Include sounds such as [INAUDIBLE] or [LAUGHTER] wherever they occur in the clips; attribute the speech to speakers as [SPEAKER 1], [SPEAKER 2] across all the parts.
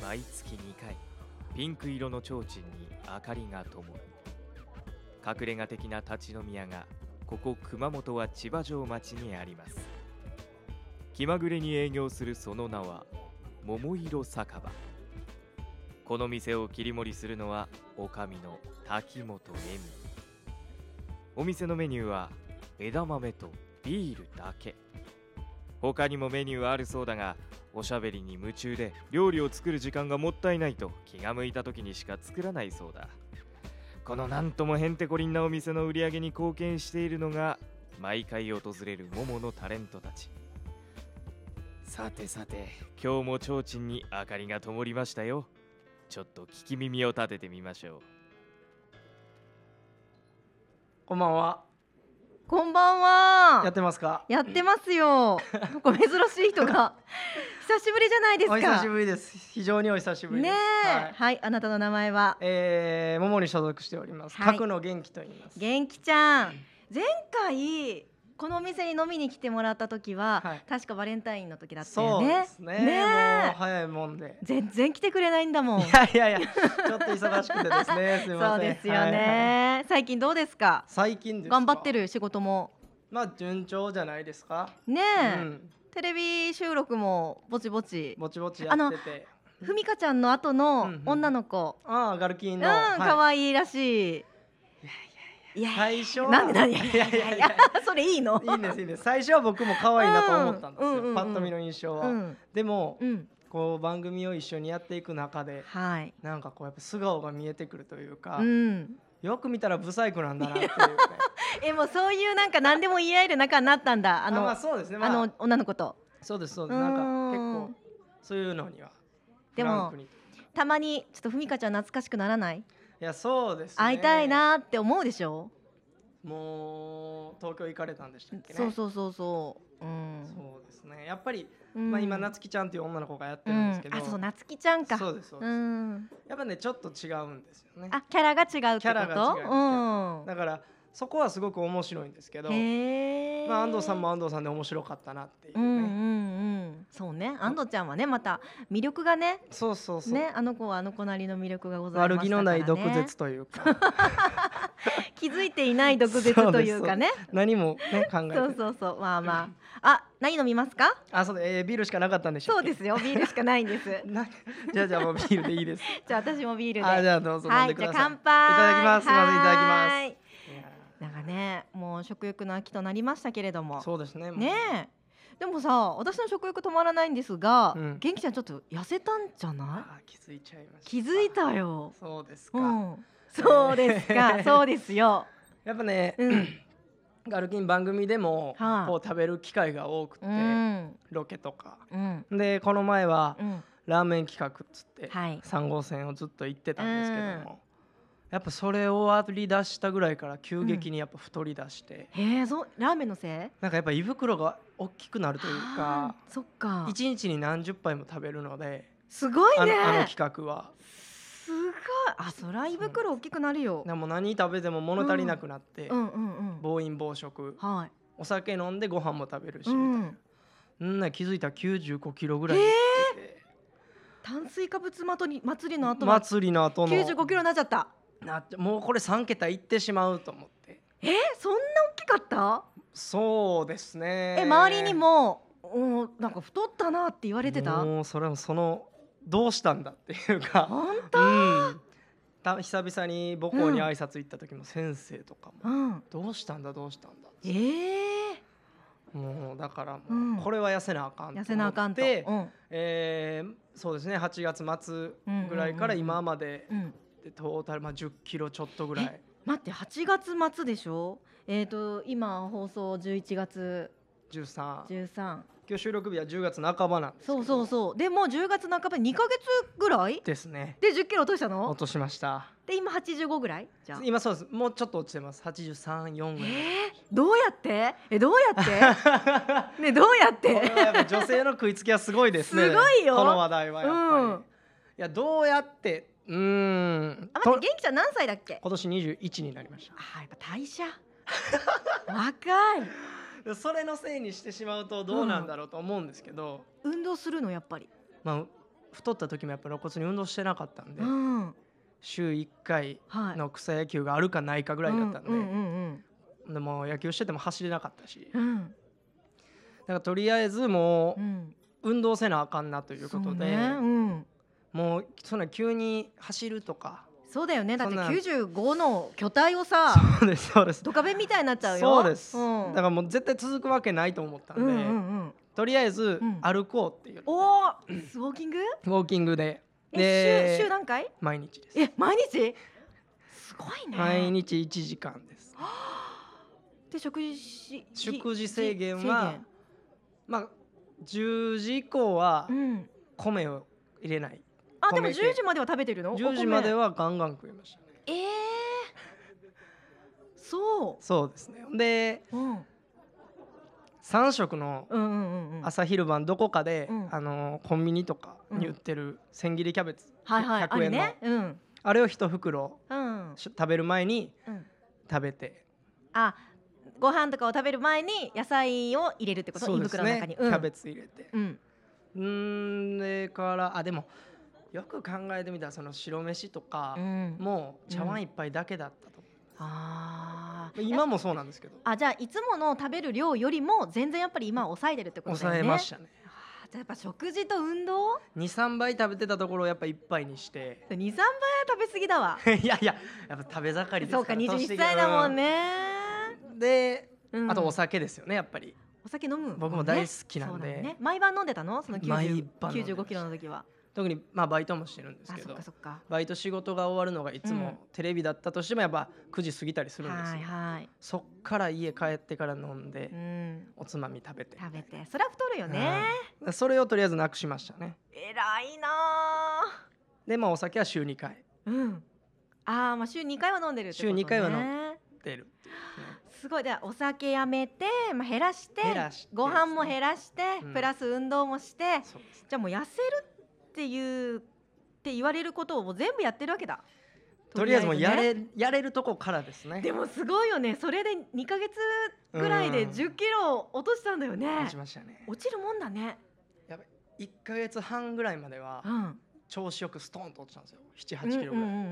[SPEAKER 1] 毎月2回ピンク色の提灯に明かりが灯る隠れ家的な立ち飲み屋がここ熊本は千葉城町にあります気まぐれに営業するその名は桃色酒場この店を切り盛りするのは女将の滝本恵美お店のメニューは枝豆とビールだけ他にもメニューはあるそうだがおしゃべりに夢中で料理を作る時間がもったいないと気が向いた時にしか作らないそうだこのなんともへんてこりんなお店の売り上げに貢献しているのが毎回訪れるモモのタレントたちさてさて今日も提灯に明かりが灯りましたよちょっと聞き耳を立ててみましょう
[SPEAKER 2] こんばんは。
[SPEAKER 3] こんばんは。
[SPEAKER 2] やってますか。
[SPEAKER 3] やってますよ。なんか珍しい人
[SPEAKER 2] [LAUGHS]
[SPEAKER 3] が久しぶりじゃないですか。
[SPEAKER 2] お久しぶりです。非常にお久しぶりで
[SPEAKER 3] ね
[SPEAKER 2] す。
[SPEAKER 3] え、はい、
[SPEAKER 2] はい。
[SPEAKER 3] あなたの名前は
[SPEAKER 2] えー、ももに所属しております。
[SPEAKER 3] はい
[SPEAKER 2] 角野元気と言います。
[SPEAKER 3] 元気ちゃん。前回このお店に飲みに来てもらった時は、
[SPEAKER 2] はい
[SPEAKER 3] 確かバレンタインの時だった
[SPEAKER 2] そ
[SPEAKER 3] よ
[SPEAKER 2] う
[SPEAKER 3] ね。
[SPEAKER 2] ですね。
[SPEAKER 3] ねえ
[SPEAKER 2] もう早いもんで。
[SPEAKER 3] 全然来てくれないんだもん。
[SPEAKER 2] いやいやいや、ちょっと忙しくてです
[SPEAKER 3] [LAUGHS]
[SPEAKER 2] ね。すみ
[SPEAKER 3] そ
[SPEAKER 2] ま
[SPEAKER 3] う
[SPEAKER 2] せん。
[SPEAKER 3] ですよね、
[SPEAKER 2] はい
[SPEAKER 3] 最近どうですか。
[SPEAKER 2] 最近ですか。
[SPEAKER 3] 頑張って。る仕事も
[SPEAKER 2] まあ順調じゃないですか。
[SPEAKER 3] ね
[SPEAKER 2] う
[SPEAKER 3] え、
[SPEAKER 2] ん。
[SPEAKER 3] テレビ収録もぼちぼち。
[SPEAKER 2] ぼちぼちやってて。
[SPEAKER 3] ふみかちゃんの後
[SPEAKER 2] うん
[SPEAKER 3] の
[SPEAKER 2] うん
[SPEAKER 3] 女の子。
[SPEAKER 2] ああ、ガルキン
[SPEAKER 3] うん、
[SPEAKER 2] の。はい
[SPEAKER 3] 可愛いらしい。いやいやいや。
[SPEAKER 2] 最初は。
[SPEAKER 3] なんでなんで
[SPEAKER 2] いやいやいや
[SPEAKER 3] いや。 [LAUGHS] それいいの
[SPEAKER 2] いいんですいいんです最初は僕も可愛いなと思ったんですよ、
[SPEAKER 3] うんうんうんうん
[SPEAKER 2] パッと見の印象は、
[SPEAKER 3] うん
[SPEAKER 2] でも、
[SPEAKER 3] うん
[SPEAKER 2] こう番組を一緒にやっていく中で
[SPEAKER 3] はい
[SPEAKER 2] なんかこうやっぱ素顔が見えてくるというか、
[SPEAKER 3] うん
[SPEAKER 2] よく見たらブサイクなんだなっていうね
[SPEAKER 3] えもうそういうなんか何でも言い合える仲になったんだ
[SPEAKER 2] あ
[SPEAKER 3] [LAUGHS] あのあ,、
[SPEAKER 2] まあそうですね、まあ、
[SPEAKER 3] の女の子と
[SPEAKER 2] そうですそうですなんか
[SPEAKER 3] うん
[SPEAKER 2] 結構そういうのには
[SPEAKER 3] でも
[SPEAKER 2] フランクにい
[SPEAKER 3] たまにちょっとふみかちゃん懐かしくならない
[SPEAKER 2] やそうです、ね、
[SPEAKER 3] 会いたいなって思うでしょ、
[SPEAKER 2] もう東京行かれたんでしたっけね
[SPEAKER 3] そうそうそうそううん
[SPEAKER 2] そうですねやっぱり、
[SPEAKER 3] うん
[SPEAKER 2] まあ、今夏希ちゃんっていう女の子がやってるんですけど、
[SPEAKER 3] うん、あそう夏希ちゃんか
[SPEAKER 2] そうですそうです、
[SPEAKER 3] ん
[SPEAKER 2] やっぱねちょっと違うんですよね
[SPEAKER 3] あキャラが違うってこと
[SPEAKER 2] キャラが違うんですけど
[SPEAKER 3] う
[SPEAKER 2] だからそこはすごく面白いんですけど、
[SPEAKER 3] んへえ
[SPEAKER 2] まあ、安藤さんも安藤さんで面白かったなっていう
[SPEAKER 3] う
[SPEAKER 2] ね、
[SPEAKER 3] んうんうんそうね安藤ちゃんはねまた魅力がね
[SPEAKER 2] そうそうそう、
[SPEAKER 3] ねあの子はあの子なりの魅力がございましたから、ね、
[SPEAKER 2] 悪気のない毒舌という
[SPEAKER 3] [LAUGHS]
[SPEAKER 2] か
[SPEAKER 3] 気づいていない毒舌というかね
[SPEAKER 2] 何も、ね、考えて
[SPEAKER 3] そうそうそうまあまああ何飲みますか
[SPEAKER 2] あそうだ、えービールしかなかったんでしょ
[SPEAKER 3] そうですよビールしかないんです [LAUGHS]
[SPEAKER 2] なじゃあじゃあもうビールでいいです
[SPEAKER 3] じゃあ私もビールで
[SPEAKER 2] あじゃあどうぞ飲ん
[SPEAKER 3] は
[SPEAKER 2] で
[SPEAKER 3] い
[SPEAKER 2] く
[SPEAKER 3] じ
[SPEAKER 2] だ
[SPEAKER 3] ゃあ
[SPEAKER 2] さい、
[SPEAKER 3] 乾杯
[SPEAKER 2] いただきますすいませんいただきます
[SPEAKER 3] はい
[SPEAKER 2] いや
[SPEAKER 3] なんかねもう食欲の秋となりましたけれど
[SPEAKER 2] ー
[SPEAKER 3] も
[SPEAKER 2] そうですねもう
[SPEAKER 3] ねえでもさ私の食欲止まらないんですが、
[SPEAKER 2] うん
[SPEAKER 3] 元気ちゃんちょっと痩せたんじゃない
[SPEAKER 2] あー気づいちゃいました
[SPEAKER 3] 気づいたよ
[SPEAKER 2] そうですか、
[SPEAKER 3] うんそうです [LAUGHS] かそうですよ
[SPEAKER 2] やっぱね、
[SPEAKER 3] うん
[SPEAKER 2] ガルキン番組でも、
[SPEAKER 3] はい
[SPEAKER 2] こう食べる機会が多くて、
[SPEAKER 3] うん
[SPEAKER 2] ロケとか
[SPEAKER 3] うん
[SPEAKER 2] でこの前は、
[SPEAKER 3] うん
[SPEAKER 2] ラーメン企画っつって、
[SPEAKER 3] はい
[SPEAKER 2] 3号線をずっと行ってたんですけども、やっぱそれを終わり出したぐらいから急激にやっぱ太り出して、
[SPEAKER 3] へえそうラーメンのせい
[SPEAKER 2] なんかやっぱ胃袋が大きくなるという
[SPEAKER 3] はあ
[SPEAKER 2] か
[SPEAKER 3] そっか
[SPEAKER 2] 1日に何十杯も食べるので、
[SPEAKER 3] すごい
[SPEAKER 2] あの
[SPEAKER 3] ね
[SPEAKER 2] あの企画は
[SPEAKER 3] すごいあそら胃袋大きくなるよ
[SPEAKER 2] でもう何食べても物足りなくなって、
[SPEAKER 3] うんうんうん
[SPEAKER 2] 暴飲暴食
[SPEAKER 3] はい
[SPEAKER 2] お酒飲んでご飯も食べるし、
[SPEAKER 3] う
[SPEAKER 2] みたいなんそんな気づいたら95キロぐらいいってて、
[SPEAKER 3] 炭水化物まとり祭りの後は
[SPEAKER 2] 祭りの後の
[SPEAKER 3] 95キロになっちゃった
[SPEAKER 2] なってもうこれ3桁いってしまうと思って
[SPEAKER 3] えそんな大きかった
[SPEAKER 2] そうですね
[SPEAKER 3] え周りにもおなんか太ったなって言われてた
[SPEAKER 2] もうそれもそのどうしたんだっていうか、
[SPEAKER 3] 本
[SPEAKER 2] うん、た久々に母校に挨拶行った時も先生とかも、
[SPEAKER 3] 当うん
[SPEAKER 2] どうしたんだどうしたんだ
[SPEAKER 3] えー
[SPEAKER 2] もうだからもう、
[SPEAKER 3] うん
[SPEAKER 2] これは痩せなあかんと思
[SPEAKER 3] 痩
[SPEAKER 2] って
[SPEAKER 3] せなあかんとうん
[SPEAKER 2] えーそうですね8月末ぐらいから今まで
[SPEAKER 3] うん
[SPEAKER 2] でトータル、まあ、1 0キロちょっとぐらい
[SPEAKER 3] 待って8月末でしょえっと今放送11月
[SPEAKER 2] 13
[SPEAKER 3] 13
[SPEAKER 2] 今日収録日は10月半ばなんですけど
[SPEAKER 3] そうそうそうでもう10月半ば2ヶ月ぐらい
[SPEAKER 2] ですね
[SPEAKER 3] で10キロ落としたの
[SPEAKER 2] 落としました
[SPEAKER 3] で今85ぐらいじゃあ
[SPEAKER 2] 今そうですもうちょっと落ちてます834
[SPEAKER 3] え
[SPEAKER 2] ぐらい、 [LAUGHS]
[SPEAKER 3] ー、どうやってえどうやってねどうやっ
[SPEAKER 2] これ
[SPEAKER 3] て
[SPEAKER 2] はやっぱ
[SPEAKER 3] [LAUGHS]
[SPEAKER 2] 女性の食いつきはすごいですね。
[SPEAKER 3] すごいよ
[SPEAKER 2] この話題はやっぱり。
[SPEAKER 3] うん
[SPEAKER 2] いやどうやってうーん。
[SPEAKER 3] あ
[SPEAKER 2] と
[SPEAKER 3] 待って元気ちゃん何歳だっけ
[SPEAKER 2] 今年21になりまし
[SPEAKER 3] あやっぱ代謝 [LAUGHS] 若い
[SPEAKER 2] た。それのせいにしてしまうとどうなんだろうと思うんですけど、
[SPEAKER 3] 運動するのやっぱり
[SPEAKER 2] まあ太った時もやっぱ露骨に運動してなかったんで、
[SPEAKER 3] うん
[SPEAKER 2] 週1回
[SPEAKER 3] はい
[SPEAKER 2] の草野球があるかないかぐらいだったんで、
[SPEAKER 3] うんうん
[SPEAKER 2] でも野球してても走れなかったし
[SPEAKER 3] うんうん
[SPEAKER 2] だからとりあえずも
[SPEAKER 3] う
[SPEAKER 2] うん運動せなあかんなという
[SPEAKER 3] そ
[SPEAKER 2] こ
[SPEAKER 3] う
[SPEAKER 2] とで、
[SPEAKER 3] ねうん
[SPEAKER 2] もうそんな急に走るとか [LAUGHS]
[SPEAKER 3] そうだよねだって
[SPEAKER 2] そんな
[SPEAKER 3] 95の巨体をさ
[SPEAKER 2] そうですそうです
[SPEAKER 3] ドカベンみたいになっちゃうよ
[SPEAKER 2] そうです、
[SPEAKER 3] うん、
[SPEAKER 2] だからもう絶対続くわけないと思ったんで、
[SPEAKER 3] うんうんうん
[SPEAKER 2] とりあえず
[SPEAKER 3] うん
[SPEAKER 2] 歩こうっていう、
[SPEAKER 3] おおスウォーキング
[SPEAKER 2] ウォーキングで
[SPEAKER 3] え
[SPEAKER 2] で
[SPEAKER 3] 週週何回
[SPEAKER 2] 毎日です
[SPEAKER 3] え毎日すごいね
[SPEAKER 2] 毎日1時間です
[SPEAKER 3] で食事し
[SPEAKER 2] 食事制限はまあ10時以降は
[SPEAKER 3] 制限うん
[SPEAKER 2] 米を入れない、
[SPEAKER 3] あでも
[SPEAKER 2] 米系
[SPEAKER 3] 10時までは食べてるの
[SPEAKER 2] 10時まで
[SPEAKER 3] は
[SPEAKER 2] はガンガン食いましたね
[SPEAKER 3] ええそ
[SPEAKER 2] そうですねで
[SPEAKER 3] う、うん、うん
[SPEAKER 2] 3食の
[SPEAKER 3] うんうんうん
[SPEAKER 2] 朝昼晩どこかで、
[SPEAKER 3] うん
[SPEAKER 2] あのコンビニとかに売ってる千切りキャベツ、
[SPEAKER 3] はいはいあ
[SPEAKER 2] 100
[SPEAKER 3] る
[SPEAKER 2] 円のあ,、
[SPEAKER 3] ねうん
[SPEAKER 2] れを一袋
[SPEAKER 3] うん
[SPEAKER 2] し食べる前に
[SPEAKER 3] うん
[SPEAKER 2] 食べて
[SPEAKER 3] あご飯とかを食べる前に野菜を入れるってこと
[SPEAKER 2] そう
[SPEAKER 3] 胃
[SPEAKER 2] です
[SPEAKER 3] 袋の中
[SPEAKER 2] ね
[SPEAKER 3] に、
[SPEAKER 2] キ
[SPEAKER 3] うん
[SPEAKER 2] ャベツ入れて
[SPEAKER 3] うん
[SPEAKER 2] うんでからあでもよく考えてみたらその白飯とか
[SPEAKER 3] う、ん
[SPEAKER 2] もう茶碗一杯だけだったと、
[SPEAKER 3] あー
[SPEAKER 2] 今もそうなんですけど
[SPEAKER 3] あじゃあいつもの食べる量よりも全然やっぱり今は抑えてるってことだ
[SPEAKER 2] 抑
[SPEAKER 3] よね
[SPEAKER 2] えましたね
[SPEAKER 3] あーじゃあやっぱ食事と運動
[SPEAKER 2] 23杯食べてたところをやっぱ一杯にして [LAUGHS]
[SPEAKER 3] 23倍は食べ過ぎだわ
[SPEAKER 2] いやいややっぱ食べ盛りですから
[SPEAKER 3] そうか
[SPEAKER 2] 年
[SPEAKER 3] 21
[SPEAKER 2] 的
[SPEAKER 3] 歳
[SPEAKER 2] な
[SPEAKER 3] だもんね、
[SPEAKER 2] で
[SPEAKER 3] うん
[SPEAKER 2] あとお酒ですよねやっぱり
[SPEAKER 3] お酒飲む
[SPEAKER 2] 僕も
[SPEAKER 3] ね
[SPEAKER 2] 大好きなん
[SPEAKER 3] そう
[SPEAKER 2] で
[SPEAKER 3] だよね毎晩飲んでたのその
[SPEAKER 2] 毎晩飲
[SPEAKER 3] 90
[SPEAKER 2] んでました
[SPEAKER 3] 95キロの時は
[SPEAKER 2] 特にまあバイトもしてるんです
[SPEAKER 3] あ
[SPEAKER 2] け
[SPEAKER 3] そっ
[SPEAKER 2] ど
[SPEAKER 3] かそっか
[SPEAKER 2] バイト仕事が終わるのがいつ
[SPEAKER 3] うん
[SPEAKER 2] もテレビだったとしてもやっぱ9時過ぎたりするんですよ、
[SPEAKER 3] はいはい
[SPEAKER 2] そっから家帰ってから飲んで、
[SPEAKER 3] うん
[SPEAKER 2] おつまみ食べて
[SPEAKER 3] 食べてそりゃ太るよね
[SPEAKER 2] うんそれをとりあえずなくしましたね
[SPEAKER 3] 偉いなあ
[SPEAKER 2] でまあお酒は週2回
[SPEAKER 3] うんあーまあ週2回は飲んでるってこと、
[SPEAKER 2] 週
[SPEAKER 3] ね、
[SPEAKER 2] 二回は飲出
[SPEAKER 3] む
[SPEAKER 2] るっていうですね
[SPEAKER 3] すごいでお酒やめて、まあ、減らして
[SPEAKER 2] 減らして
[SPEAKER 3] ご飯も減らして、
[SPEAKER 2] うん
[SPEAKER 3] プラス運動もして
[SPEAKER 2] そうです
[SPEAKER 3] じゃあもう痩せるっていうって言われることをもう全部やってるわけだ
[SPEAKER 2] とりあえずもうや
[SPEAKER 3] ね
[SPEAKER 2] れやれるとこからですね
[SPEAKER 3] でもすごいよねそれで2ヶ月ぐらいで
[SPEAKER 2] うん
[SPEAKER 3] 10キロ落としたんだよね
[SPEAKER 2] 落ちましたね
[SPEAKER 3] 落ちるもんだね
[SPEAKER 2] 1か月半ぐらいまでは
[SPEAKER 3] うん
[SPEAKER 2] 調子よくストーンと落ちたんですよ78キロぐらい、
[SPEAKER 3] うんうんう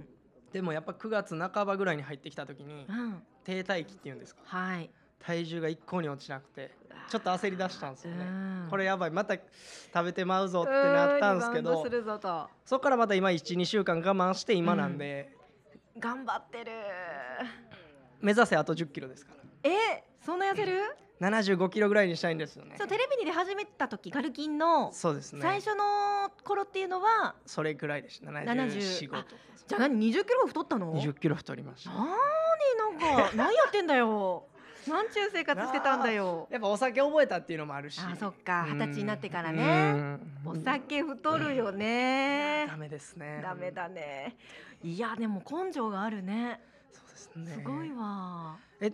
[SPEAKER 3] ん
[SPEAKER 2] でもやっぱ9月半ばぐらいに入ってきた時に
[SPEAKER 3] うんうんうん
[SPEAKER 2] 停滞期っていうんですか
[SPEAKER 3] はい
[SPEAKER 2] 体重が一向に落ちなくてちょっと焦り出したんですよね、
[SPEAKER 3] うん
[SPEAKER 2] これやばいまた食べてまうぞってなったんですけ
[SPEAKER 3] うーリバウ
[SPEAKER 2] ど
[SPEAKER 3] ンドするぞと
[SPEAKER 2] そこからまた今12週間我慢して今なんで、
[SPEAKER 3] 頑張ってる
[SPEAKER 2] 目指せあと1 0キロですか
[SPEAKER 3] えそんな痩せる、
[SPEAKER 2] ら7 5キロぐらいにしたいんですよね
[SPEAKER 3] そうテレビに出始めた時ガルキンの
[SPEAKER 2] そうですね
[SPEAKER 3] 最初の頃っていうのは、
[SPEAKER 2] それくらいでした
[SPEAKER 3] 70
[SPEAKER 2] 74 5
[SPEAKER 3] あじゃあ何20キロ太ったの
[SPEAKER 2] 2 0キロ太りました
[SPEAKER 3] なー
[SPEAKER 2] [LAUGHS]
[SPEAKER 3] になんか何やってんだよなんちゅう生活してたんだ
[SPEAKER 2] [LAUGHS]
[SPEAKER 3] よ
[SPEAKER 2] やっぱお酒覚えたっていうのもあるし
[SPEAKER 3] あそっか
[SPEAKER 2] うん
[SPEAKER 3] 二十歳になってからね
[SPEAKER 2] う
[SPEAKER 3] お
[SPEAKER 2] ん
[SPEAKER 3] 酒太るよね
[SPEAKER 2] ダメですね
[SPEAKER 3] ダメだねいやでも根性があるね
[SPEAKER 2] そうですね
[SPEAKER 3] すごいわ
[SPEAKER 2] え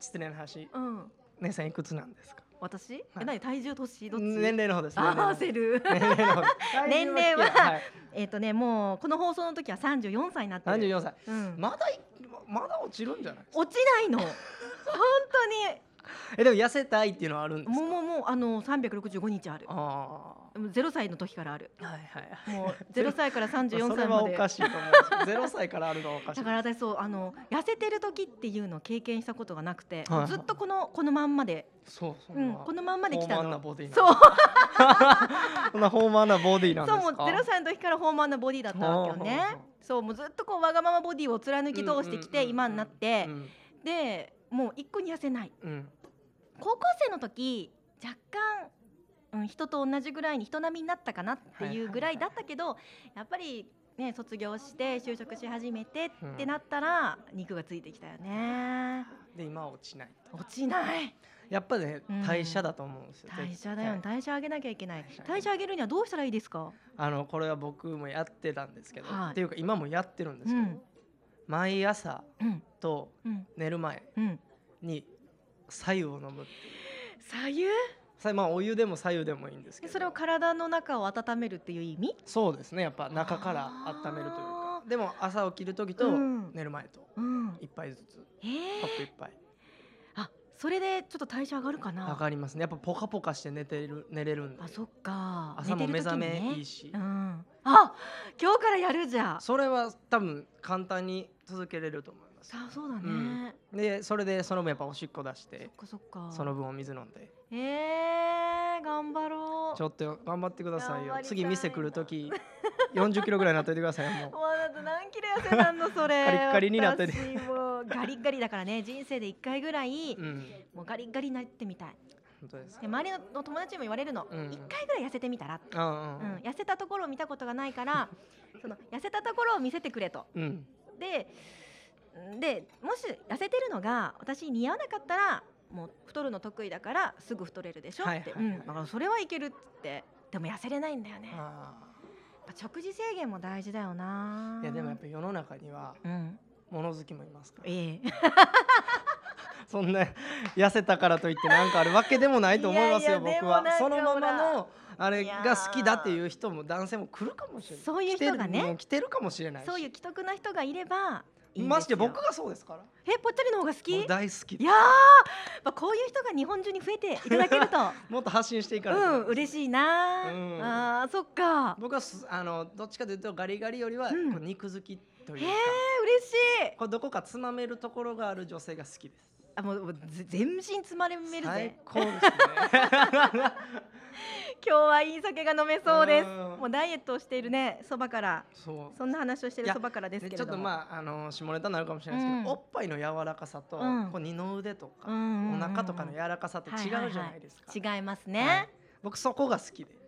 [SPEAKER 2] 失礼な話
[SPEAKER 3] うん
[SPEAKER 2] 姉さんいくつなんですか
[SPEAKER 3] 私、え何体重年どっち
[SPEAKER 2] 年齢の方です
[SPEAKER 3] あ合わせ
[SPEAKER 2] る
[SPEAKER 3] る [LAUGHS]
[SPEAKER 2] 年齢の方
[SPEAKER 3] 年齢は
[SPEAKER 2] はい
[SPEAKER 3] えっとねもうこの放送の時は三十四歳になってる。
[SPEAKER 2] 34歳
[SPEAKER 3] うん。
[SPEAKER 2] まだいまだ落ちるんじゃないですか
[SPEAKER 3] 落ちないの。本
[SPEAKER 2] えでも痩せたいっていうのはあるん
[SPEAKER 3] 当
[SPEAKER 2] で
[SPEAKER 3] に
[SPEAKER 2] す
[SPEAKER 3] も
[SPEAKER 2] か
[SPEAKER 3] うもうもうあの三百六十五日ある。
[SPEAKER 2] あ
[SPEAKER 3] もうゼロ歳の時からある。
[SPEAKER 2] あはいはいはい [LAUGHS]
[SPEAKER 3] もう [LAUGHS] ゼロ歳から三十四
[SPEAKER 2] それ
[SPEAKER 3] 歳
[SPEAKER 2] は
[SPEAKER 3] ま
[SPEAKER 2] お
[SPEAKER 3] で。
[SPEAKER 2] か
[SPEAKER 3] だ
[SPEAKER 2] しいと思うんですけどゼロ歳からあるのはおかしい
[SPEAKER 3] から私そうあの痩せてる時っていうのを経験したことがなくて、
[SPEAKER 2] はいはい
[SPEAKER 3] ずっとこのこのまんまで、
[SPEAKER 2] そうそ
[SPEAKER 3] うんん
[SPEAKER 2] な
[SPEAKER 3] このまんまで来た
[SPEAKER 2] 豊満な
[SPEAKER 3] の。
[SPEAKER 2] ボディなんだ
[SPEAKER 3] そう、
[SPEAKER 2] そんな豊満なボディなんで
[SPEAKER 3] そう
[SPEAKER 2] すか
[SPEAKER 3] もうゼロ歳の時から豊満なボディだったわけよ
[SPEAKER 2] はあはあ
[SPEAKER 3] ね
[SPEAKER 2] はあ。
[SPEAKER 3] そうもうずっとこうわがままボディを貫き通してきて、
[SPEAKER 2] うんうんうんうん
[SPEAKER 3] 今になって、
[SPEAKER 2] うん
[SPEAKER 3] でもう一個に痩せない。
[SPEAKER 2] うん
[SPEAKER 3] 高校生の時若干、うん、人と同じぐらいに人並みになったかなっていうぐらいだったけど、やっぱりね卒業して就職し始めてってなったら、肉がついてきたよね
[SPEAKER 2] で今は落ちない
[SPEAKER 3] 落ちない
[SPEAKER 2] やっぱね
[SPEAKER 3] うん
[SPEAKER 2] 代謝だと思うんですよ、
[SPEAKER 3] 代
[SPEAKER 2] 絶
[SPEAKER 3] 謝
[SPEAKER 2] 対
[SPEAKER 3] だよね代謝上げなきゃいけない
[SPEAKER 2] 代謝上げ
[SPEAKER 3] 代謝上げるにはどうしたらいいですか
[SPEAKER 2] あのこれは僕もやってたんですけど、
[SPEAKER 3] はい
[SPEAKER 2] っていうか今もやってるんですけど、
[SPEAKER 3] うん
[SPEAKER 2] 毎朝
[SPEAKER 3] うん
[SPEAKER 2] と
[SPEAKER 3] うん
[SPEAKER 2] 寝る前
[SPEAKER 3] うん
[SPEAKER 2] に白湯を飲む
[SPEAKER 3] 左右
[SPEAKER 2] さまあお湯でも白湯でもいいんですけど
[SPEAKER 3] それを体の中を温めるっていう意味
[SPEAKER 2] そうですねやっぱ中から温めるという
[SPEAKER 3] あ
[SPEAKER 2] かでも朝起きる時と
[SPEAKER 3] うん
[SPEAKER 2] 寝る前と
[SPEAKER 3] うん
[SPEAKER 2] 一杯ずつ
[SPEAKER 3] ええ
[SPEAKER 2] コップ一杯
[SPEAKER 3] あそれでちょっと代謝上がるかな
[SPEAKER 2] 上がりますねやっぱポカポカして寝てる寝れるんで
[SPEAKER 3] あそっか
[SPEAKER 2] 朝も目覚
[SPEAKER 3] 寝て
[SPEAKER 2] め
[SPEAKER 3] る時にね
[SPEAKER 2] いいし、
[SPEAKER 3] うん、あ今日からやるじゃんそ
[SPEAKER 2] それは多分簡単に続けれると思います
[SPEAKER 3] そうだね、
[SPEAKER 2] うんでそれでその分やっぱおしっこ出し
[SPEAKER 3] そってかそっか
[SPEAKER 2] その分お水飲んで
[SPEAKER 3] えー、頑張ろう
[SPEAKER 2] ちょっと頑張ってください
[SPEAKER 3] 頑張
[SPEAKER 2] よ
[SPEAKER 3] りたいな
[SPEAKER 2] 次店来るとき40キロぐらいになっといてくださいよも
[SPEAKER 3] もうだって何キロ痩せたんのそれ
[SPEAKER 2] カリッカリになってて
[SPEAKER 3] 私もうガリッガリだからね人生で一回ぐらい、 [LAUGHS]
[SPEAKER 2] う、うん、
[SPEAKER 3] もうガリッガリになってみたい
[SPEAKER 2] 本当です
[SPEAKER 3] で周りの友達にも言われるの一、
[SPEAKER 2] うんうん
[SPEAKER 3] 回ぐらい痩せてみたら、
[SPEAKER 2] あ
[SPEAKER 3] う
[SPEAKER 2] あ
[SPEAKER 3] ん、痩せたところを見たことがないから
[SPEAKER 2] [LAUGHS]
[SPEAKER 3] その痩せたところを見せてくれと
[SPEAKER 2] うんうん
[SPEAKER 3] ででもし痩せてるのが私に似合わなかったらもう太るの得意だからすぐ太れるでしょって、
[SPEAKER 2] はいはいはい
[SPEAKER 3] うん、だからそれはいけるっつってでも痩せれないんだよねやっ
[SPEAKER 2] あ
[SPEAKER 3] ぱ食事制限も大事だよな
[SPEAKER 2] あいやでもやっぱ世の中には
[SPEAKER 3] うん
[SPEAKER 2] 物好きもいますから
[SPEAKER 3] ええ
[SPEAKER 2] そんな [LAUGHS] 痩せたからといってなんかあるわけでもないと思いますよ
[SPEAKER 3] いやい
[SPEAKER 2] 僕
[SPEAKER 3] やでもなん
[SPEAKER 2] は
[SPEAKER 3] か
[SPEAKER 2] そのまま
[SPEAKER 3] ほ
[SPEAKER 2] のあれが好きだっていう人も男性も来るかもしれない
[SPEAKER 3] そういう人がね
[SPEAKER 2] 来てるもう来てるかもしれないし
[SPEAKER 3] そういう既得な人がいればいいんですよ
[SPEAKER 2] まして僕がそうですから
[SPEAKER 3] えぽっちゃりの方が好き
[SPEAKER 2] もう大好き
[SPEAKER 3] いやーまあこういう人が日本中に増えていただ
[SPEAKER 2] [LAUGHS]
[SPEAKER 3] けると
[SPEAKER 2] もっと発信していかないと
[SPEAKER 3] うん嬉しいなあ、
[SPEAKER 2] うん
[SPEAKER 3] あーそっか
[SPEAKER 2] 僕はすあのどっちかというとガリガリよりは、
[SPEAKER 3] うん
[SPEAKER 2] こう肉好きという
[SPEAKER 3] へ
[SPEAKER 2] か
[SPEAKER 3] え嬉しい
[SPEAKER 2] これどこかつまめるところがある女性が好きです
[SPEAKER 3] あもうもうぜ全身つまれめる
[SPEAKER 2] 最
[SPEAKER 3] ぜ
[SPEAKER 2] 高ですね [LAUGHS]
[SPEAKER 3] 今日はいい酒が飲めそうです
[SPEAKER 2] ん
[SPEAKER 3] もうダイエットをしているねそばから
[SPEAKER 2] そう
[SPEAKER 3] そんな話をして
[SPEAKER 2] い
[SPEAKER 3] いる
[SPEAKER 2] や
[SPEAKER 3] そばからですけ
[SPEAKER 2] で
[SPEAKER 3] れ
[SPEAKER 2] ちょ
[SPEAKER 3] ど
[SPEAKER 2] っ
[SPEAKER 3] も
[SPEAKER 2] とまああの下ネタになるかもしれないですけど、
[SPEAKER 3] うん
[SPEAKER 2] おっぱいの柔らかさと、
[SPEAKER 3] うん
[SPEAKER 2] こう二の腕とか、
[SPEAKER 3] うんうんうん
[SPEAKER 2] お腹とかの柔らかさと違うじゃないですか、
[SPEAKER 3] 違いますね、
[SPEAKER 2] はい僕そこが好きで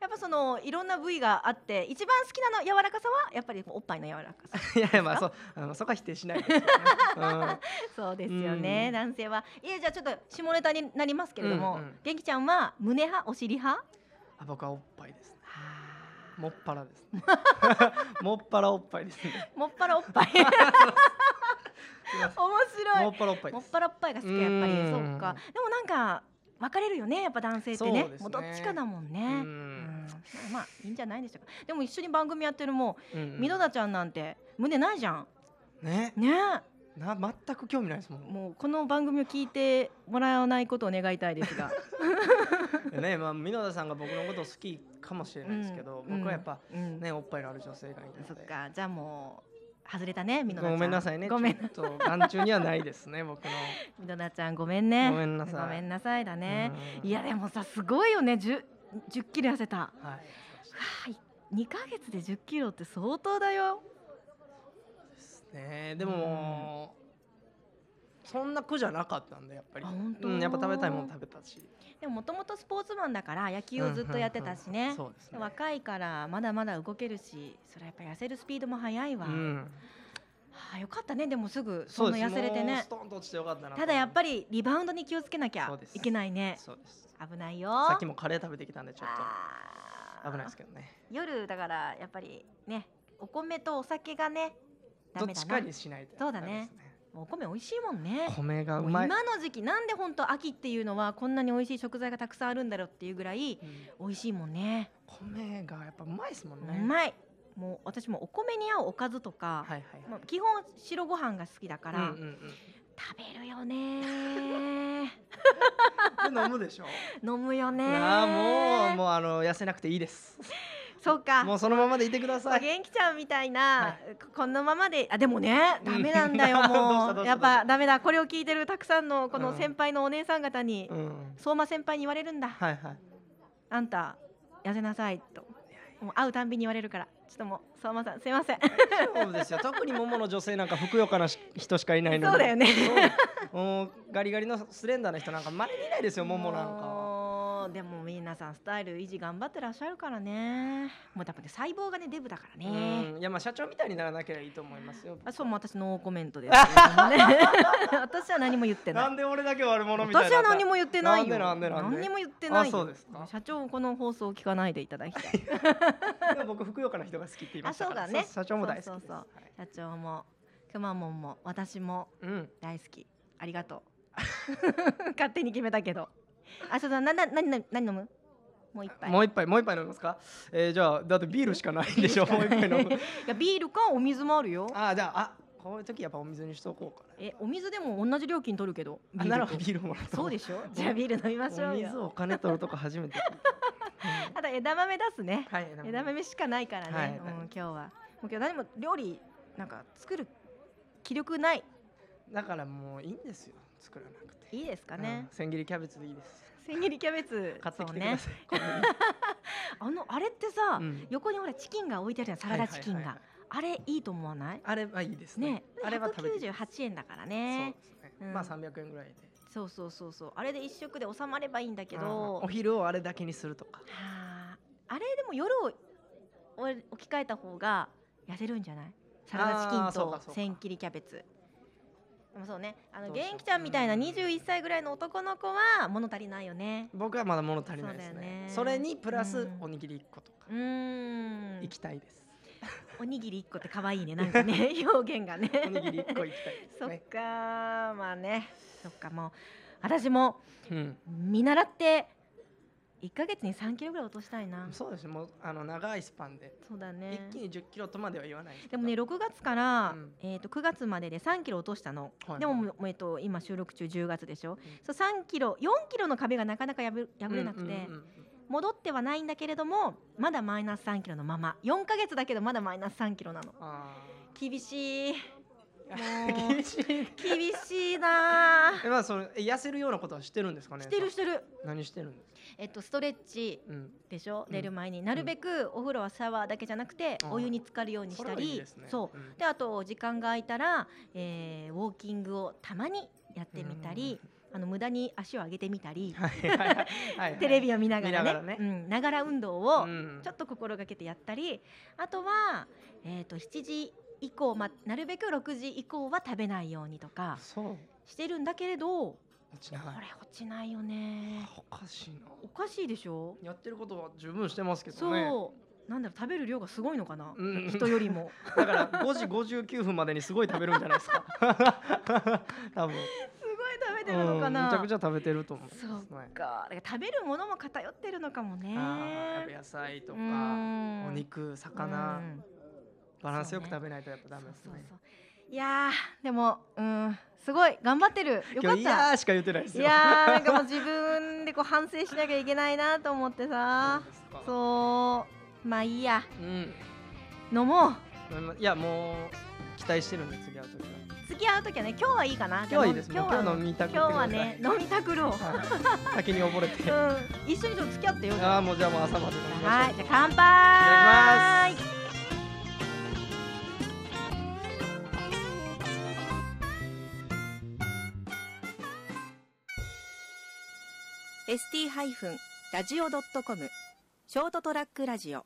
[SPEAKER 3] やっぱそのいろんな部位があって一番好きなの柔らかさはやっぱりおっぱいの柔らか
[SPEAKER 2] [LAUGHS]
[SPEAKER 3] さ
[SPEAKER 2] いやいやまあそうあのそこは否定しないですよね、
[SPEAKER 3] そうですよね、
[SPEAKER 2] うん
[SPEAKER 3] 男性はいやじゃあちょっと下ネタになりますけれども、
[SPEAKER 2] うんうん
[SPEAKER 3] 元気ちゃんは胸派お尻
[SPEAKER 2] う
[SPEAKER 3] 派
[SPEAKER 2] んあ僕はおっぱいですもっぱらです、ね、 [LAUGHS] もっぱらおっぱいです
[SPEAKER 3] [LAUGHS]
[SPEAKER 2] ね
[SPEAKER 3] もっぱらおっ
[SPEAKER 2] [LAUGHS]
[SPEAKER 3] ぱい面白
[SPEAKER 2] も
[SPEAKER 3] い
[SPEAKER 2] っぱらおっぱい
[SPEAKER 3] も
[SPEAKER 2] で
[SPEAKER 3] っ
[SPEAKER 2] す
[SPEAKER 3] ぱらおっぱいが好きやっぱり
[SPEAKER 2] うん
[SPEAKER 3] そっかでもなんか分かれるよねやっぱ男性ってね
[SPEAKER 2] そうですね
[SPEAKER 3] もうどっちかだもんね、
[SPEAKER 2] う
[SPEAKER 3] うん
[SPEAKER 2] ん、
[SPEAKER 3] まあいいんじゃないでしょうかでも一緒に番組やってるも
[SPEAKER 2] うん
[SPEAKER 3] うみのだちゃんなんて胸ないじゃん
[SPEAKER 2] ね
[SPEAKER 3] ね
[SPEAKER 2] な全く興味ないですもん
[SPEAKER 3] もうこの番組を聞いてもらわないことを願いたいです
[SPEAKER 2] [LAUGHS]
[SPEAKER 3] が
[SPEAKER 2] ねまあ美濃田さんが僕のこと好きかもしれないですけど、
[SPEAKER 3] うん
[SPEAKER 2] 僕はやっぱ、
[SPEAKER 3] うん
[SPEAKER 2] ねおっぱいのある女性がいいの
[SPEAKER 3] そっ
[SPEAKER 2] で
[SPEAKER 3] かじゃあもう外れたねみのだちゃ
[SPEAKER 2] ご
[SPEAKER 3] ん
[SPEAKER 2] めんなさいね
[SPEAKER 3] ごめん
[SPEAKER 2] ちょっ [LAUGHS] と眼中にはないですね僕の
[SPEAKER 3] みのだちゃんごめんね
[SPEAKER 2] ごめんなさい
[SPEAKER 3] ごめんなさいだね、
[SPEAKER 2] うん
[SPEAKER 3] いやでもさすごいよね10 10キロ痩せたは
[SPEAKER 2] はい
[SPEAKER 3] あい2ヶ月で10キロって相当だよ
[SPEAKER 2] ですねでも、そんな苦じゃなかったんでやっぱり
[SPEAKER 3] あ本当
[SPEAKER 2] うん、やっぱ食べたいもの食べたし
[SPEAKER 3] でももともとスポーツマンだから野球をずっとやってたしね、
[SPEAKER 2] うんうんうんそうですね
[SPEAKER 3] 若いからまだまだ動けるしそれはやっぱ痩せるスピードも速いわ、
[SPEAKER 2] うん
[SPEAKER 3] はあ、よかったねでもすぐ
[SPEAKER 2] そ
[SPEAKER 3] そうの
[SPEAKER 2] です
[SPEAKER 3] 痩せれて
[SPEAKER 2] もう
[SPEAKER 3] ね
[SPEAKER 2] ストンと落ちてよかったな
[SPEAKER 3] ただやっぱ
[SPEAKER 2] り
[SPEAKER 3] りリバウンドに気をつけなき
[SPEAKER 2] そ
[SPEAKER 3] ゃ
[SPEAKER 2] うです
[SPEAKER 3] いけないね
[SPEAKER 2] そうです
[SPEAKER 3] 危ないよ
[SPEAKER 2] さっきもカレー食べてきたんでちょっ
[SPEAKER 3] あ
[SPEAKER 2] と
[SPEAKER 3] ー
[SPEAKER 2] 危ないですけどね
[SPEAKER 3] 夜だからやっぱりねお米とお酒がねダ
[SPEAKER 2] どっ
[SPEAKER 3] メだ
[SPEAKER 2] ちか
[SPEAKER 3] な
[SPEAKER 2] にしないと
[SPEAKER 3] そうだね
[SPEAKER 2] ダメです
[SPEAKER 3] もうお米美味しいもんね
[SPEAKER 2] ね米がう
[SPEAKER 3] もう
[SPEAKER 2] まい
[SPEAKER 3] 今の時期なんで本当秋っていうのはこんなに美味しい食材がたくさんあるんだろうっていうぐらい
[SPEAKER 2] うん
[SPEAKER 3] 美味しいもんね
[SPEAKER 2] 米がやっぱうまいですもん
[SPEAKER 3] う
[SPEAKER 2] ね。い。
[SPEAKER 3] まいもう私もお米に合うおかずと
[SPEAKER 2] は
[SPEAKER 3] か、
[SPEAKER 2] いはい。
[SPEAKER 3] まあ基本白ご飯が好きだから、
[SPEAKER 2] うんうん
[SPEAKER 3] 食べるよ
[SPEAKER 2] [LAUGHS]
[SPEAKER 3] ねー
[SPEAKER 2] うん、で飲むでしょ。
[SPEAKER 3] 飲むよねー
[SPEAKER 2] ああもうもうあの痩せなくていいです。
[SPEAKER 3] そうか
[SPEAKER 2] もうそのままでいてください。
[SPEAKER 3] 元気ちゃんみたいな
[SPEAKER 2] は、
[SPEAKER 3] ここのままであでもねダメなん
[SPEAKER 2] [LAUGHS]
[SPEAKER 3] だよ
[SPEAKER 2] うんどうし
[SPEAKER 3] も
[SPEAKER 2] た
[SPEAKER 3] う
[SPEAKER 2] どうした
[SPEAKER 3] やっぱダメだこれを聞いてるたくさんのこ
[SPEAKER 2] う
[SPEAKER 3] の
[SPEAKER 2] ん
[SPEAKER 3] 先輩のお姉さん方に、
[SPEAKER 2] うん。
[SPEAKER 3] 相馬先輩に言われるんだ、
[SPEAKER 2] はいはい。
[SPEAKER 3] あんた痩せなさいともう会うたんびに言われるからちょっともう相馬さんすいません
[SPEAKER 2] そうですよ。特に桃の女性なんかふくよかなし人しかいないので。
[SPEAKER 3] そうだよね
[SPEAKER 2] そう。もうガリガリのスレンダーな人なんかまりにいないですよ。桃なんかは。
[SPEAKER 3] もうでも皆さんスタイル維持頑張ってらっしゃるからねもう多分ね細胞がねデブだから
[SPEAKER 2] う
[SPEAKER 3] ね
[SPEAKER 2] ん。いやまあ社長みたいにならなければいいと思いますよ。
[SPEAKER 3] あそうもう私ノーコメントですけれどもね
[SPEAKER 2] [LAUGHS]
[SPEAKER 3] 私は何も言ってない
[SPEAKER 2] なんで俺だけ悪者みたい
[SPEAKER 3] 私
[SPEAKER 2] な。
[SPEAKER 3] は何も言ってないよ。
[SPEAKER 2] なんでなんでなんで
[SPEAKER 3] 何にも言ってないよ。
[SPEAKER 2] あそうですか
[SPEAKER 3] 社長この放送を聞かないでいただきたい。
[SPEAKER 2] でも僕ふくよかな人が好きって言いましたから。
[SPEAKER 3] あそうだね
[SPEAKER 2] 社長も大好きです。
[SPEAKER 3] そうそうそう
[SPEAKER 2] はい
[SPEAKER 3] 社長もくまモンも私も
[SPEAKER 2] うん。
[SPEAKER 3] 大好き。ありがとう。
[SPEAKER 2] [LAUGHS]
[SPEAKER 3] 勝手に決めたけど。あそうだなな何何何飲む？もう一杯。
[SPEAKER 2] もう一杯もう一杯飲みますか、
[SPEAKER 3] [LAUGHS]
[SPEAKER 2] えー、じゃあだってビールしかないんでしょもう一杯飲む
[SPEAKER 3] いやビールかお水もあるよ。
[SPEAKER 2] あーじゃああこういう時やっぱお水にしとこうか
[SPEAKER 3] えお水でも同じ料金取るけど
[SPEAKER 2] なあならビールもらった
[SPEAKER 3] そうでしょじゃあビール飲みましょう
[SPEAKER 2] お水
[SPEAKER 3] よ
[SPEAKER 2] お金取るとこ初
[SPEAKER 3] [LAUGHS]
[SPEAKER 2] めて、うん
[SPEAKER 3] あと枝豆出すね
[SPEAKER 2] はい
[SPEAKER 3] 枝豆しかないからね、
[SPEAKER 2] はい
[SPEAKER 3] うん、今日はもう今日何も料理なんか作る気力ない
[SPEAKER 2] だからもういいんですよ作らなくて
[SPEAKER 3] いいですかね、
[SPEAKER 2] うん千切りキャベツでいいです
[SPEAKER 3] 千切りキャベツ
[SPEAKER 2] 買ってきてく
[SPEAKER 3] そう
[SPEAKER 2] だ
[SPEAKER 3] ね
[SPEAKER 2] さいこれ
[SPEAKER 3] あのあれってさ、
[SPEAKER 2] う
[SPEAKER 3] [LAUGHS]
[SPEAKER 2] ん
[SPEAKER 3] 横にほらチキンが置いてあるじゃんサラダチキンが、
[SPEAKER 2] はいはいはいはい
[SPEAKER 3] あれいいと思わない
[SPEAKER 2] あれはいいですね
[SPEAKER 3] ね
[SPEAKER 2] あれは食べてきます
[SPEAKER 3] 198円だからね
[SPEAKER 2] そうですね、
[SPEAKER 3] うん
[SPEAKER 2] まあ300円ぐらいで
[SPEAKER 3] そうそうそうそうあれで一食で収まればいいんだけ
[SPEAKER 2] うんうん
[SPEAKER 3] ど
[SPEAKER 2] お昼をあれだけにするとか
[SPEAKER 3] はああれでも夜をお置き換えた方が痩せるんじゃないサラダチキ
[SPEAKER 2] あ
[SPEAKER 3] ン
[SPEAKER 2] ーそうか
[SPEAKER 3] と
[SPEAKER 2] そうか
[SPEAKER 3] 千切りキャベツでもそうねあの
[SPEAKER 2] どうしよう
[SPEAKER 3] 元気ちゃんみたいな
[SPEAKER 2] うん
[SPEAKER 3] 21歳ぐらいの男の子は物足りないよね
[SPEAKER 2] 僕はまだ物足りないです
[SPEAKER 3] そう
[SPEAKER 2] ね
[SPEAKER 3] だ
[SPEAKER 2] そ
[SPEAKER 3] よね
[SPEAKER 2] れにプラス
[SPEAKER 3] うん
[SPEAKER 2] おにぎり1個とか
[SPEAKER 3] うーん
[SPEAKER 2] 行きたいです、
[SPEAKER 3] おにぎり1個って可愛いねなんかね
[SPEAKER 2] [LAUGHS]
[SPEAKER 3] 表現がね
[SPEAKER 2] おにぎり1個行きたいで
[SPEAKER 3] [LAUGHS] そ
[SPEAKER 2] す
[SPEAKER 3] っ
[SPEAKER 2] ね、
[SPEAKER 3] かーまあねそっかもう私も
[SPEAKER 2] うん
[SPEAKER 3] 見習って1ヶ月に3キロぐらい落としたいな
[SPEAKER 2] そうですねもうあの長いスパンで、
[SPEAKER 3] そうだね
[SPEAKER 2] 一気に1 0キロとまでは言わないすけ
[SPEAKER 3] で
[SPEAKER 2] ど
[SPEAKER 3] もね6月から、
[SPEAKER 2] うん
[SPEAKER 3] えー、と9月までで3キロ落としたの、
[SPEAKER 2] はい
[SPEAKER 3] でももう、えー、と今収録中10月でしょ、
[SPEAKER 2] ん
[SPEAKER 3] そう3キロ4キロの壁がなかなか破破れなくて、
[SPEAKER 2] うんうんうん
[SPEAKER 3] 戻ってはないんだけれどもまだマイナス3キロのまま4ヶ月だけどまだマイナス3キロなの
[SPEAKER 2] あ
[SPEAKER 3] 厳しい
[SPEAKER 2] ー厳しいね
[SPEAKER 3] 厳しい [LAUGHS] な
[SPEAKER 2] えまあそのえ痩せるようなことはしてるんですかね
[SPEAKER 3] してるしてる
[SPEAKER 2] 何してるんですか、
[SPEAKER 3] えっとストレッチ
[SPEAKER 2] うん、
[SPEAKER 3] でしょ
[SPEAKER 2] うん
[SPEAKER 3] 寝る前に、なるべくお風呂はシャワーだけじゃなくて
[SPEAKER 2] あー
[SPEAKER 3] お湯に浸かるようにし
[SPEAKER 2] それ
[SPEAKER 3] た
[SPEAKER 2] はいい
[SPEAKER 3] り
[SPEAKER 2] ですね
[SPEAKER 3] そう
[SPEAKER 2] うん、
[SPEAKER 3] であと時間が空いたら、えーウォーキングをたまにやってみたり、あの無駄に足を上げてみたり、
[SPEAKER 2] はいはいはいはいはい
[SPEAKER 3] テレビを見ながら
[SPEAKER 2] 見な
[SPEAKER 3] ね
[SPEAKER 2] がらね
[SPEAKER 3] うん、ながら運動を
[SPEAKER 2] うん
[SPEAKER 3] ちょっと心がけてやったり、あとは、えー、と7時以降、まあ、なるべく6時以降は食べないようにとか
[SPEAKER 2] そう落
[SPEAKER 3] してるんだけれどこ
[SPEAKER 2] ちない
[SPEAKER 3] れ落ちないよね
[SPEAKER 2] おかしいな
[SPEAKER 3] おかしいでしょ
[SPEAKER 2] やってることは十分してますけどね
[SPEAKER 3] そうなんだろう食べる量がすごいのかな、
[SPEAKER 2] うん
[SPEAKER 3] 人より
[SPEAKER 2] [LAUGHS]
[SPEAKER 3] も
[SPEAKER 2] だから5時59分までにすごい食べるんじゃないです
[SPEAKER 3] [LAUGHS]
[SPEAKER 2] か多分
[SPEAKER 3] すごい食べ
[SPEAKER 2] う
[SPEAKER 3] てるの
[SPEAKER 2] ん
[SPEAKER 3] かな、
[SPEAKER 2] むちゃくちゃ食べてると思う
[SPEAKER 3] そうかだから食べるものも偏ってるのかもね
[SPEAKER 2] あーやっぱ野菜とか
[SPEAKER 3] うーん
[SPEAKER 2] お肉魚
[SPEAKER 3] うん
[SPEAKER 2] バランスよく
[SPEAKER 3] そうね
[SPEAKER 2] 食べないとやっぱダメです
[SPEAKER 3] そうそう
[SPEAKER 2] ね
[SPEAKER 3] そういやーでもうんすごい頑張ってるよ
[SPEAKER 2] 今
[SPEAKER 3] かっ
[SPEAKER 2] 日いや
[SPEAKER 3] た
[SPEAKER 2] ーしか言ってないです
[SPEAKER 3] い
[SPEAKER 2] よ
[SPEAKER 3] やーなんかもう自分でこう反省しなきゃいけないなと思ってさ
[SPEAKER 2] そう
[SPEAKER 3] そうまあいいや
[SPEAKER 2] ですかうん
[SPEAKER 3] 飲もう
[SPEAKER 2] いやもう期待してるんで次会う時は
[SPEAKER 3] 次会う時はね今日はいいかな今
[SPEAKER 2] 今日はいいですもう
[SPEAKER 3] 今日
[SPEAKER 2] 今
[SPEAKER 3] は
[SPEAKER 2] 日飲みたくって
[SPEAKER 3] 今
[SPEAKER 2] く
[SPEAKER 3] 日
[SPEAKER 2] ださ
[SPEAKER 3] は
[SPEAKER 2] い
[SPEAKER 3] ね飲みたくろう、う
[SPEAKER 2] はい先に溺れて
[SPEAKER 3] ん、一緒にちょっと付き合ってよじゃ
[SPEAKER 2] ああもうじゃあもう朝まで飲み
[SPEAKER 3] あ
[SPEAKER 2] ましょう
[SPEAKER 3] はいじゃあ乾杯
[SPEAKER 2] ただきます
[SPEAKER 3] ます ST- ラジオ .com ショートトラックラジオ